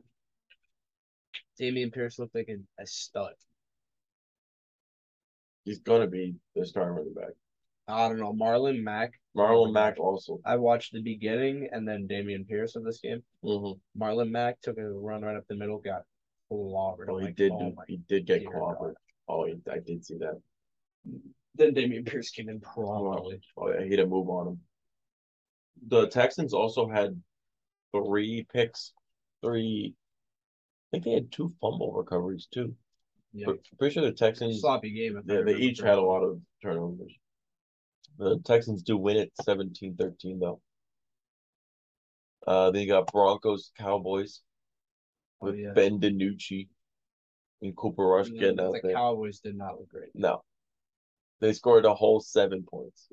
Speaker 2: Damian Pierce looked like a, a stud.
Speaker 1: He's gonna be the starting running back.
Speaker 2: I don't know. Marlon Mack.
Speaker 1: Marlon Mack also.
Speaker 2: I watched the beginning and then Damian Pierce of this game.
Speaker 1: Mm-hmm.
Speaker 2: Marlon Mack took a run right up the middle, got clobbered.
Speaker 1: Oh,
Speaker 2: I'm
Speaker 1: he
Speaker 2: like,
Speaker 1: did.
Speaker 2: oh
Speaker 1: do-
Speaker 2: my-
Speaker 1: he did get
Speaker 2: dear
Speaker 1: clobbered. Oh, he, I did see that.
Speaker 2: Then Damian Pierce came in
Speaker 1: Oh,
Speaker 2: promptly.
Speaker 1: yeah, he had a move on him. The Texans also had three picks, three. I think they had two fumble recoveries too.
Speaker 2: Yeah.
Speaker 1: But pretty sure the Texans.
Speaker 2: Sloppy game. if I
Speaker 1: Yeah, they
Speaker 2: remember
Speaker 1: each had a
Speaker 2: correctly.
Speaker 1: lot of turnovers. The Texans do win it 17-13 though. Uh, then you got Broncos, Cowboys
Speaker 2: Oh,
Speaker 1: with
Speaker 2: yeah.
Speaker 1: Ben DiNucci and Cooper Rush
Speaker 2: And
Speaker 1: getting
Speaker 2: then
Speaker 1: out
Speaker 2: the
Speaker 1: there.
Speaker 2: Cowboys did not look great.
Speaker 1: no, they scored a whole seven points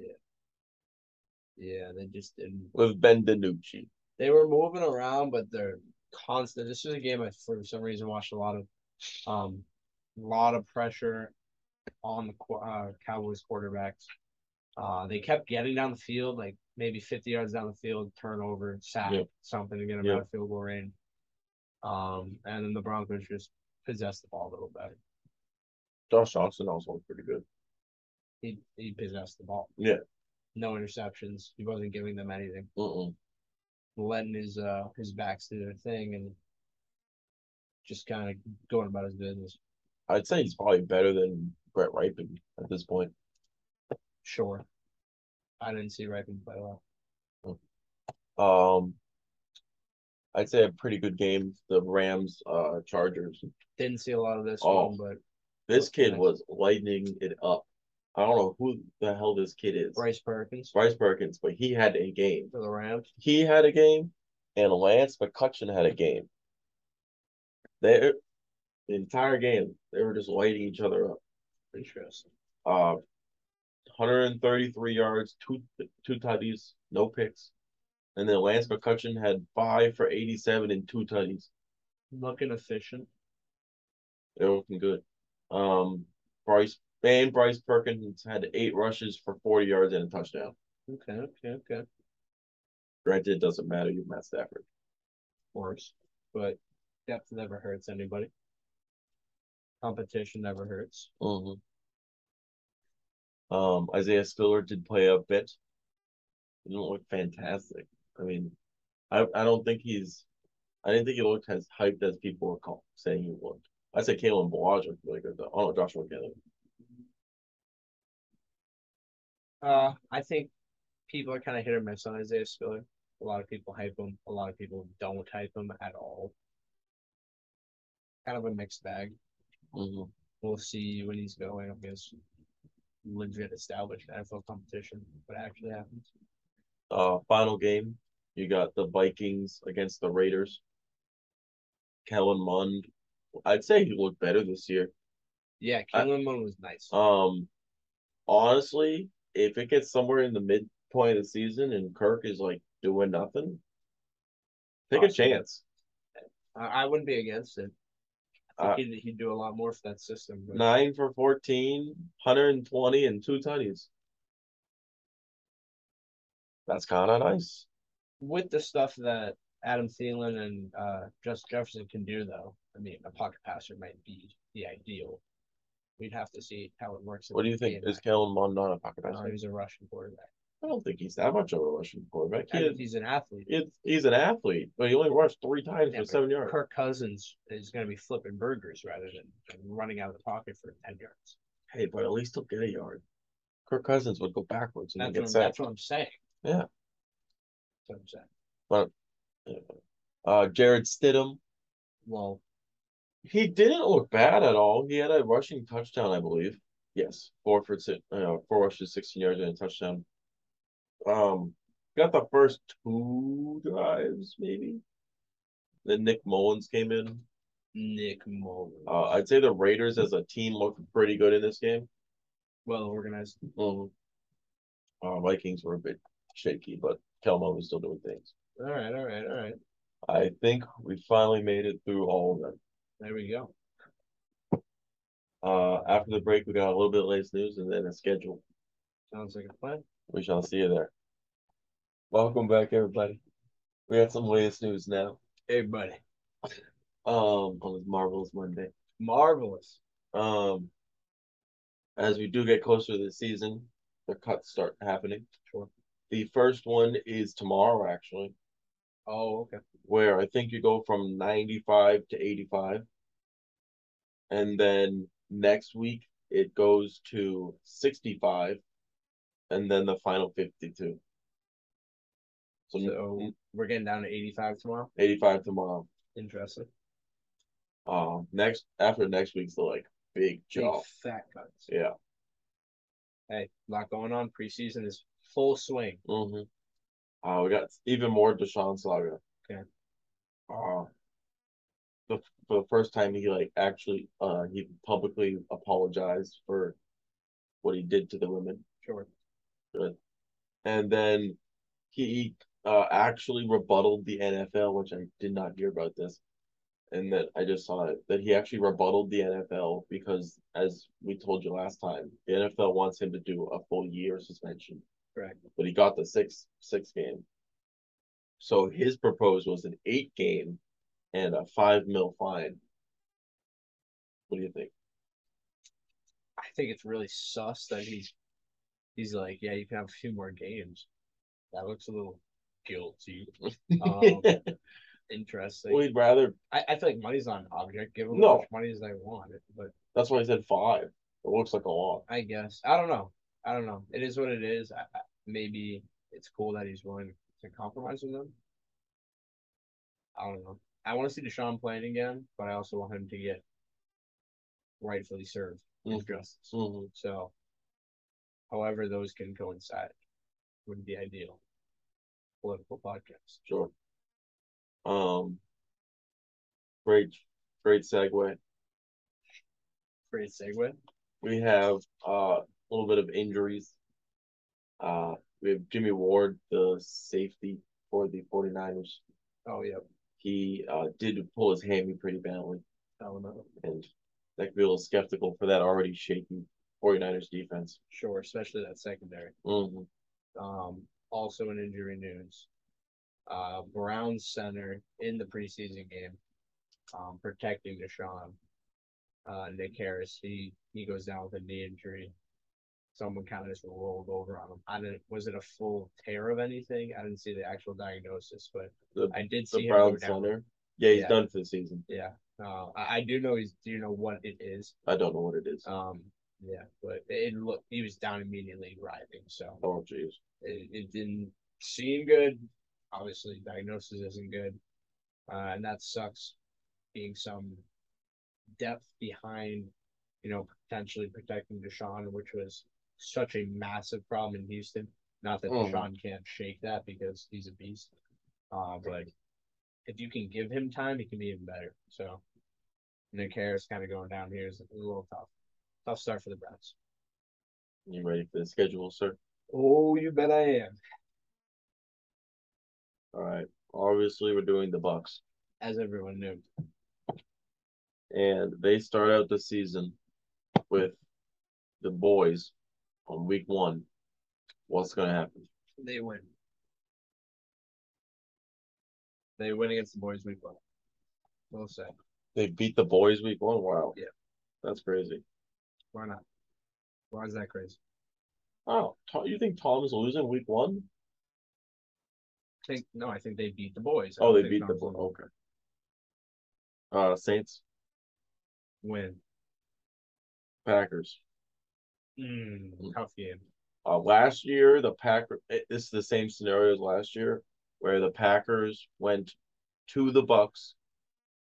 Speaker 2: Yeah, they just didn't.
Speaker 1: with Ben DiNucci.
Speaker 2: They were moving around, but they're constant. This is a game I, for some reason, watched a lot of, um, lot of pressure on the qu- uh, Cowboys quarterbacks. Uh, they kept getting down the field, like maybe 50 yards down the field, turnover, sack,
Speaker 1: Yeah.
Speaker 2: something to get them
Speaker 1: Yeah.
Speaker 2: out of field goal range. Um, and then the Broncos just possessed the ball a little better.
Speaker 1: Josh Johnson also looked pretty good.
Speaker 2: He he possessed the ball.
Speaker 1: Yeah.
Speaker 2: No interceptions. He wasn't giving them anything.
Speaker 1: Mm-mm.
Speaker 2: letting his uh his backs do their thing and just kind of going about his business.
Speaker 1: I'd say he's probably better than Brett Ripon at this point.
Speaker 2: Sure, I didn't see Ripon play well.
Speaker 1: Um, I'd say a pretty good game. The Rams, uh, Chargers.
Speaker 2: Didn't see a lot of this
Speaker 1: Oh.
Speaker 2: one, but
Speaker 1: This
Speaker 2: Okay.
Speaker 1: kid was lighting it up. I don't know who the hell this kid is.
Speaker 2: Bryce Perkins
Speaker 1: Bryce Perkins, but he had a game.
Speaker 2: for the Rams.
Speaker 1: He had a game, and Lance McCutcheon had a game. They the entire game, they were just lighting each other up.
Speaker 2: Interesting.
Speaker 1: Uh, 133 yards, two two tutties, no picks. And then Lance McCutcheon had five for 87 and two tutties.
Speaker 2: Looking efficient.
Speaker 1: They're looking good. Um, Bryce and Bryce Perkins had eight rushes for 40 yards and a touchdown.
Speaker 2: Okay, okay, okay. Of
Speaker 1: Granted, it doesn't matter. You've Matt Stafford.
Speaker 2: course, but depth never hurts anybody. Competition never hurts.
Speaker 1: Mm-hmm. Um, Isaiah Spiller did play a bit. He didn't look fantastic. I mean, I I don't think he's. I didn't think he looked as hyped as people were call, saying he looked. I say Kalen Balaj looked really good though. Oh no, Joshua Kelly.
Speaker 2: Uh, I think people are kind of hit or miss on Isaiah Spiller. A lot of people hype him. A lot of people don't hype him at all. Kind of a mixed bag.
Speaker 1: Mm-hmm.
Speaker 2: We'll see when he's going up against legit established NFL competition. What actually happens?
Speaker 1: Uh, final game, you got the Vikings against the Raiders. Kellen Mond, I'd say he looked better this year.
Speaker 2: Yeah,
Speaker 1: I-
Speaker 2: Kalen Mond was nice.
Speaker 1: Um, honestly, if it gets somewhere in the midpoint of the season and Kirk is like doing nothing, take a
Speaker 2: Possible.
Speaker 1: chance.
Speaker 2: I, I wouldn't be against it. I
Speaker 1: Uh,
Speaker 2: think he'd, he'd do a lot more for that system. But
Speaker 1: Nine for 14, 120, and two tutties. That's kind of nice.
Speaker 2: with the stuff that Adam Thielen and uh, Justin Jefferson can do, though, I mean, a pocket passer might be the ideal. We'd have to see how it works. in
Speaker 1: What do
Speaker 2: the
Speaker 1: you think?
Speaker 2: game.
Speaker 1: Is Kellen Mond not a pocket
Speaker 2: Uh,
Speaker 1: passer?
Speaker 2: he's a Russian quarterback.
Speaker 1: I don't think he's that much of a rushing quarterback.
Speaker 2: I
Speaker 1: He
Speaker 2: think he's an athlete.
Speaker 1: it's, he's an athlete, but he only rushed three times
Speaker 2: Yeah,
Speaker 1: for
Speaker 2: but
Speaker 1: seven yards.
Speaker 2: Kirk Cousins is going to be flipping burgers rather than running out of the pocket for ten yards.
Speaker 1: Hey, but at least he'll get a yard. Kirk Cousins would go backwards and
Speaker 2: That's
Speaker 1: then
Speaker 2: what,
Speaker 1: get sacked.
Speaker 2: I'm, that's what I'm saying.
Speaker 1: Yeah.
Speaker 2: That's what I'm saying.
Speaker 1: Uh, Jared Stidham,
Speaker 2: Well,
Speaker 1: he didn't look bad at all. He had a rushing touchdown, I believe. Yes, four for si- uh, four rushes, sixteen yards, and a touchdown. Um, got the first two drives maybe. Then Nick Mullins came in.
Speaker 2: Nick Mullins.
Speaker 1: Uh, I'd say the Raiders as a team looked pretty good in this game.
Speaker 2: well organized.
Speaker 1: Um, uh, Vikings were a bit shaky, but Kelmo was still doing things.
Speaker 2: All right, all right, all right.
Speaker 1: I think we finally made it through all of them.
Speaker 2: There we go.
Speaker 1: Uh, after the break, we got a little bit of latest news and then a schedule.
Speaker 2: Sounds like a plan.
Speaker 1: We shall see you there. Welcome back, everybody. We got some latest news now.
Speaker 2: Everybody,
Speaker 1: Um, on this marvelous Monday.
Speaker 2: marvelous.
Speaker 1: Um, as we do get closer to the season, the cuts start happening.
Speaker 2: Sure.
Speaker 1: The first one is tomorrow, actually,
Speaker 2: Oh, okay.
Speaker 1: where I think you go from 95 to 85. And then next week it goes to 65, and then the final 52. So,
Speaker 2: So we're getting down to 85 tomorrow.
Speaker 1: 85 tomorrow.
Speaker 2: Interesting.
Speaker 1: Um, next after next week's the like big
Speaker 2: Big
Speaker 1: job.
Speaker 2: fat cuts.
Speaker 1: Yeah.
Speaker 2: Hey, lot going on. Preseason is full swing.
Speaker 1: hmm Uh, we got even more Deshaun saga.
Speaker 2: Okay.
Speaker 1: Uh, the for the first time he like actually uh he publicly apologized for what he did to the women,
Speaker 2: Sure.
Speaker 1: and then he uh actually rebutted the NFL, which I did not hear about this. And that I just saw it, that he actually rebutted the NFL because, as we told you last time, the NFL wants him to do a full year suspension.
Speaker 2: Correct.
Speaker 1: but he got the six six game. So his proposed was an eight game and a five mil fine. What do you think?
Speaker 2: I think it's really sus that he's he's like, yeah, you can have a few more games. That looks a little guilty. Um, interesting.
Speaker 1: We'd rather
Speaker 2: I, I feel like money's not an object. Give them
Speaker 1: No.
Speaker 2: as much money as they want, but
Speaker 1: that's why I said five. It looks like a lot.
Speaker 2: I guess I don't know. I don't know. It is what it is. I, I, maybe it's cool that he's willing to compromise with them. I don't know. I want to see Deshaun playing again, but I also want him to get rightfully served his
Speaker 1: Mhm.
Speaker 2: justice.
Speaker 1: Mhm.
Speaker 2: So, however, those can coincide would be ideal. Political podcast.
Speaker 1: Sure. Um great great segue.
Speaker 2: Great segue.
Speaker 1: We have uh, a little bit of injuries. Uh we have Jimmy Ward, the safety for the 49ers.
Speaker 2: Oh, yeah.
Speaker 1: He uh, did pull his hammy pretty badly.
Speaker 2: Oh, no.
Speaker 1: and that could be a little skeptical for that already shaky 49ers defense.
Speaker 2: Sure, especially that secondary.
Speaker 1: Mm-hmm.
Speaker 2: Um, also in injury news, uh, Brown center in the preseason game, um, protecting Deshaun, uh, Nick Harris. He he goes down with a knee injury. Someone kind of just rolled over on him. I didn't. Was it a full tear of anything? I didn't see the actual diagnosis, but
Speaker 1: The-
Speaker 2: I did
Speaker 1: The
Speaker 2: see him go
Speaker 1: Brown
Speaker 2: down.
Speaker 1: center. Yeah, he's
Speaker 2: Yeah.
Speaker 1: done for the season.
Speaker 2: Yeah. Uh, I, I do know he's. Do you know what it is?
Speaker 1: I don't know what it is.
Speaker 2: Um. Yeah, but it looked. He was down immediately, writhing. So
Speaker 1: Oh, jeez.
Speaker 2: it, it didn't seem good. Obviously, diagnosis isn't good, uh, and that sucks. Being some depth behind, you know, potentially protecting Deshaun, which was such a massive problem in Houston. Not that
Speaker 1: Mhm.
Speaker 2: Deshaun can't shake that because he's a beast, uh, but if you can give him time, he can be even better. So Nick Harris kind of going down here is a little tough. Tough start for the Browns.
Speaker 1: You ready for the schedule, sir?
Speaker 2: Oh, you bet I am.
Speaker 1: All right. Obviously, we're doing the Bucks,
Speaker 2: As everyone knew.
Speaker 1: and they start out the season with the boys on week one. What's going to happen?
Speaker 2: They win. They win against the boys week one. We'll say.
Speaker 1: They beat the boys week one. Wow.
Speaker 2: Yeah.
Speaker 1: That's crazy.
Speaker 2: Why not? Why is that crazy?
Speaker 1: Oh, Tom- you think Tom's losing week one?
Speaker 2: I think no, I think they beat the boys. I
Speaker 1: Oh,
Speaker 2: don't
Speaker 1: they
Speaker 2: think
Speaker 1: beat the
Speaker 2: Tom's
Speaker 1: Bl-
Speaker 2: gonna
Speaker 1: okay. Uh, Saints,
Speaker 2: Win.
Speaker 1: Packers.
Speaker 2: Mm, tough game.
Speaker 1: Uh, last year the Packer. it- This is the same scenario as last year, where the Packers went to the Bucks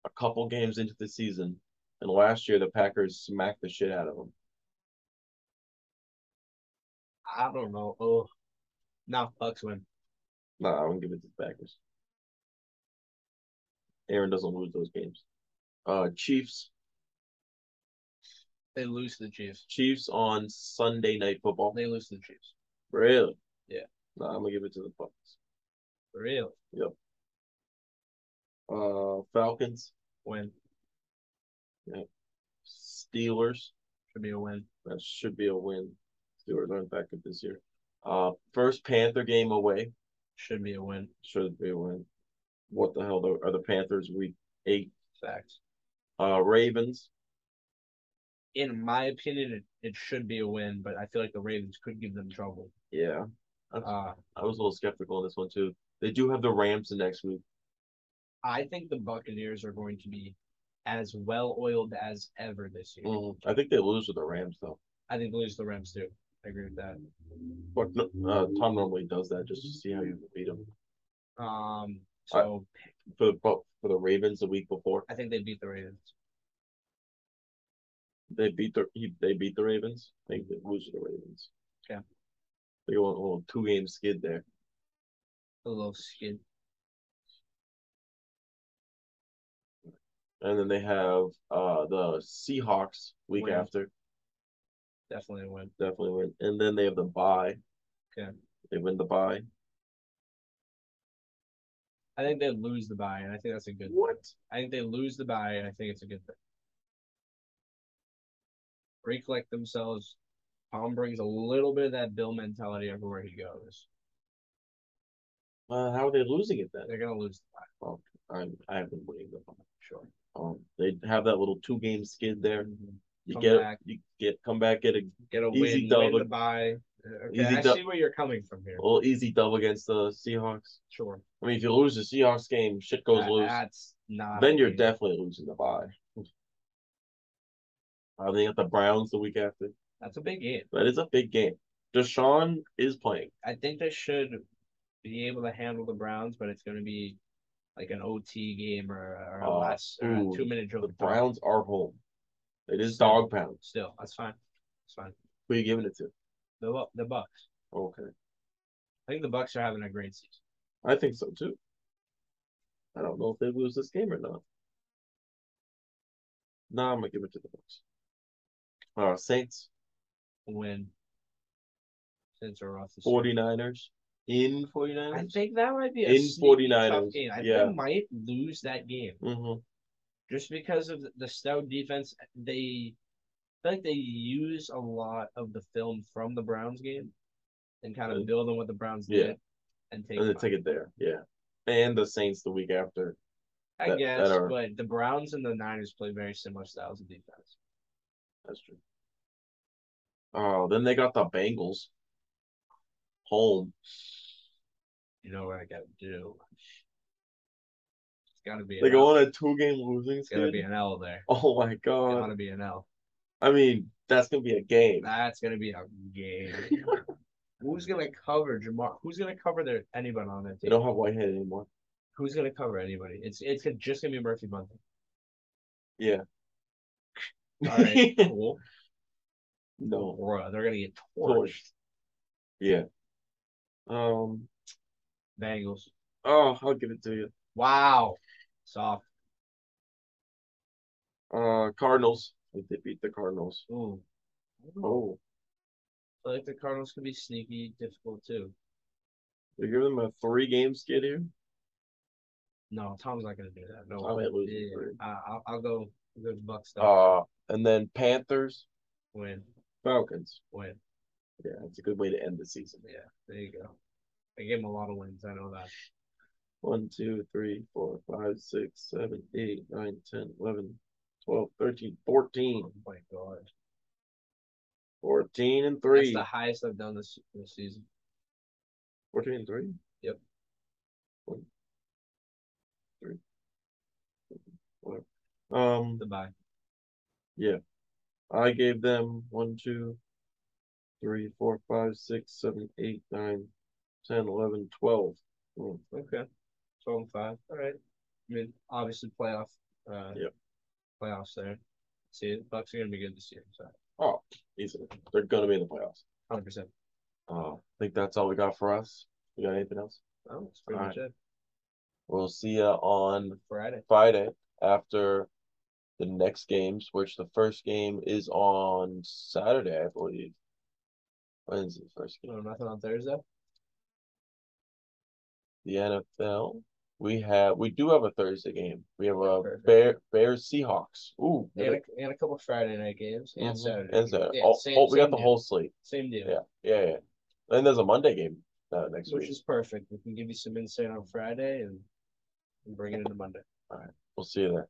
Speaker 1: a couple games into the season, and last year the Packers smacked the shit out of them.
Speaker 2: I don't know. Oh, now Bucks win.
Speaker 1: No, I wouldn't give it to the Packers. Aaron doesn't lose those games. Uh, Chiefs,
Speaker 2: They lose to the Chiefs.
Speaker 1: Chiefs on Sunday night football.
Speaker 2: They lose to the Chiefs.
Speaker 1: Really?
Speaker 2: Yeah.
Speaker 1: No, I'm gonna give it to the Bucks.
Speaker 2: Really?
Speaker 1: Uh, Falcons,
Speaker 2: Win.
Speaker 1: Steelers.
Speaker 2: Should be a win.
Speaker 1: That should be a win. Steelers aren't that good this year. Uh, first Panther game away
Speaker 2: Should be a win.
Speaker 1: should be a win. What the hell though? Are the Panthers week eight?
Speaker 2: Facts.
Speaker 1: Uh, Ravens.
Speaker 2: In my opinion, it, it should be a win, but I feel like the Ravens could give them trouble.
Speaker 1: Yeah,
Speaker 2: Uh,
Speaker 1: I was a little skeptical on this one too. They do have the Rams the next week.
Speaker 2: I think the Buccaneers are going to be as well oiled as ever this year.
Speaker 1: Mhm. I think they lose to the Rams though.
Speaker 2: I think they lose to the Rams too. I agree with that.
Speaker 1: But no, uh,
Speaker 2: Mm-hmm.
Speaker 1: Tom normally does that just to see how you beat them.
Speaker 2: Um, so
Speaker 1: For the Buc- for the Ravens the week before,
Speaker 2: I think they beat the Ravens.
Speaker 1: they beat the he, they beat the Ravens. I think they lose to the Ravens.
Speaker 2: Okay.
Speaker 1: They go on a little two game skid there.
Speaker 2: A little skid.
Speaker 1: And then they have uh the Seahawks week
Speaker 2: Win.
Speaker 1: after,
Speaker 2: Definitely a win.
Speaker 1: definitely win. And then they have the bye.
Speaker 2: Okay.
Speaker 1: They win the bye.
Speaker 2: I think they lose the bye, and I think that's a good.
Speaker 1: What?
Speaker 2: I think they lose the bye, and I think it's a good thing. Recollect themselves. Tom brings a little bit of that Bill mentality everywhere he goes.
Speaker 1: Uh, how are they losing it then?
Speaker 2: They're gonna lose the bye,
Speaker 1: I I have been winning the bye.
Speaker 2: sure.
Speaker 1: Um, they have that little two game skid there. You
Speaker 2: Mm-hmm. Come
Speaker 1: get
Speaker 2: back.
Speaker 1: you get come back get a
Speaker 2: Get a
Speaker 1: Easy
Speaker 2: win, win
Speaker 1: dub.
Speaker 2: the bye. Okay,
Speaker 1: Easy
Speaker 2: I
Speaker 1: dub.
Speaker 2: see where you're coming from here.
Speaker 1: little easy dub against the Seahawks.
Speaker 2: Sure,
Speaker 1: I mean, if you lose the Seahawks game, shit goes
Speaker 2: That-
Speaker 1: loose.
Speaker 2: that's not.
Speaker 1: then
Speaker 2: a
Speaker 1: you're
Speaker 2: win.
Speaker 1: definitely losing the bye. Uh, they got the Browns the week after.
Speaker 2: That's a big game.
Speaker 1: That is a big game. Deshaun is playing.
Speaker 2: I think they should be able to handle the Browns, but it's going to be like an OT game or, or a
Speaker 1: Oh,
Speaker 2: less or
Speaker 1: ooh,
Speaker 2: a two minute drill.
Speaker 1: The Browns are home. It is
Speaker 2: Still.
Speaker 1: dog pound.
Speaker 2: Still, that's fine. It's fine.
Speaker 1: Who are you giving it to?
Speaker 2: The Bu- the Bucks.
Speaker 1: Okay.
Speaker 2: I think the Bucks are having a great season.
Speaker 1: I think so too. I don't know if they lose this game or not. No, I'm gonna give it to the Bucks. Uh, Saints,
Speaker 2: Win. Since we're off the
Speaker 1: 49ers, in
Speaker 2: I
Speaker 1: 49ers.
Speaker 2: think that might be a
Speaker 1: In
Speaker 2: sneaky
Speaker 1: 49ers,
Speaker 2: tough game. I
Speaker 1: yeah.
Speaker 2: think they might lose that game
Speaker 1: hmm
Speaker 2: just because of the- the stout defense. They I feel like they use a lot of the film from the Browns game and kind
Speaker 1: Yeah.
Speaker 2: of build on what the Browns
Speaker 1: Yeah.
Speaker 2: did and take
Speaker 1: And then
Speaker 2: it.
Speaker 1: take it there. Yeah. And the Saints the week after.
Speaker 2: I
Speaker 1: that-
Speaker 2: guess,
Speaker 1: that are-
Speaker 2: but the Browns and the Niners play very similar styles of defense.
Speaker 1: That's true. Oh, then they got the Bengals. Home.
Speaker 2: You know what I gotta do. It's gotta be.
Speaker 1: They
Speaker 2: an
Speaker 1: go
Speaker 2: L.
Speaker 1: on a two game losing
Speaker 2: It's gotta be
Speaker 1: skid.
Speaker 2: an L there.
Speaker 1: Oh my
Speaker 2: It's
Speaker 1: god.
Speaker 2: gotta be an L.
Speaker 1: I mean, that's gonna be a game.
Speaker 2: That's gonna be a game. Who's gonna cover Jamar? Who's gonna cover their anyone on that
Speaker 1: They
Speaker 2: team?
Speaker 1: don't have Whitehead anymore.
Speaker 2: Who's gonna cover anybody? It's it's just gonna be Murphy Bunting.
Speaker 1: Yeah.
Speaker 2: All right, cool.
Speaker 1: No.
Speaker 2: Bruh, they're gonna get torched.
Speaker 1: Torched. Yeah. Um.
Speaker 2: Bengals.
Speaker 1: Oh, I'll give it to you.
Speaker 2: Wow. Soft.
Speaker 1: Uh, Cardinals. I think They beat the Cardinals.
Speaker 2: Ooh.
Speaker 1: Oh,
Speaker 2: I feel like the Cardinals could be sneaky difficult too.
Speaker 1: they give them a three-game skid here.
Speaker 2: No, Tom's not gonna do that. No,
Speaker 1: Tom ain't losing
Speaker 2: yeah,
Speaker 1: three.
Speaker 2: I, I'll, I'll go. I'll go to Bucks. though.
Speaker 1: Uh, and then Panthers,
Speaker 2: win,
Speaker 1: Falcons.
Speaker 2: win.
Speaker 1: Yeah, it's a good way to end the season.
Speaker 2: Yeah, there you go. I gave him a lot of wins. I know that.
Speaker 1: One, two, three, four, five, six, seven, eight, nine, ten, eleven, twelve, thirteen, fourteen.
Speaker 2: Oh my god.
Speaker 1: Fourteen and
Speaker 2: That's
Speaker 1: three.
Speaker 2: the highest I've done this this season.
Speaker 1: Fourteen and three.
Speaker 2: Yep.
Speaker 1: One, three. Whatever. Um,
Speaker 2: The bye.
Speaker 1: I gave them one, two, three, four, five, six, seven, eight, nine, ten, eleven, twelve. Mm.
Speaker 2: Okay. Twelve and five. All right. I mean, obviously playoff. Uh,
Speaker 1: Yep.
Speaker 2: Playoffs there. See, the Bucks are gonna be good this year. So
Speaker 1: Oh, easily. They're gonna be in the playoffs.
Speaker 2: hundred percent.
Speaker 1: Uh, I think that's all we got for us. You got anything else?
Speaker 2: Oh, that's pretty
Speaker 1: All
Speaker 2: much it.
Speaker 1: We'll see you on
Speaker 2: Friday.
Speaker 1: Friday after the next games, which the first game is on Saturday, I believe. When's the first game?
Speaker 2: No, nothing on Thursday.
Speaker 1: The NFL. We have we do have a Thursday game. We have a
Speaker 2: Perfect.
Speaker 1: Bear Bear Seahawks. Ooh,
Speaker 2: And a, and a couple Friday night games and
Speaker 1: Mhm.
Speaker 2: Saturday.
Speaker 1: And Saturday.
Speaker 2: Yeah,
Speaker 1: Oh,
Speaker 2: same-
Speaker 1: oh, we got
Speaker 2: same
Speaker 1: the
Speaker 2: deal.
Speaker 1: whole slate.
Speaker 2: Same deal.
Speaker 1: Yeah, yeah, yeah. Then there's a Monday game uh, next
Speaker 2: Which
Speaker 1: week.
Speaker 2: is perfect. We can give you some insight on Friday and, and bring it into Monday.
Speaker 1: We'll see you there.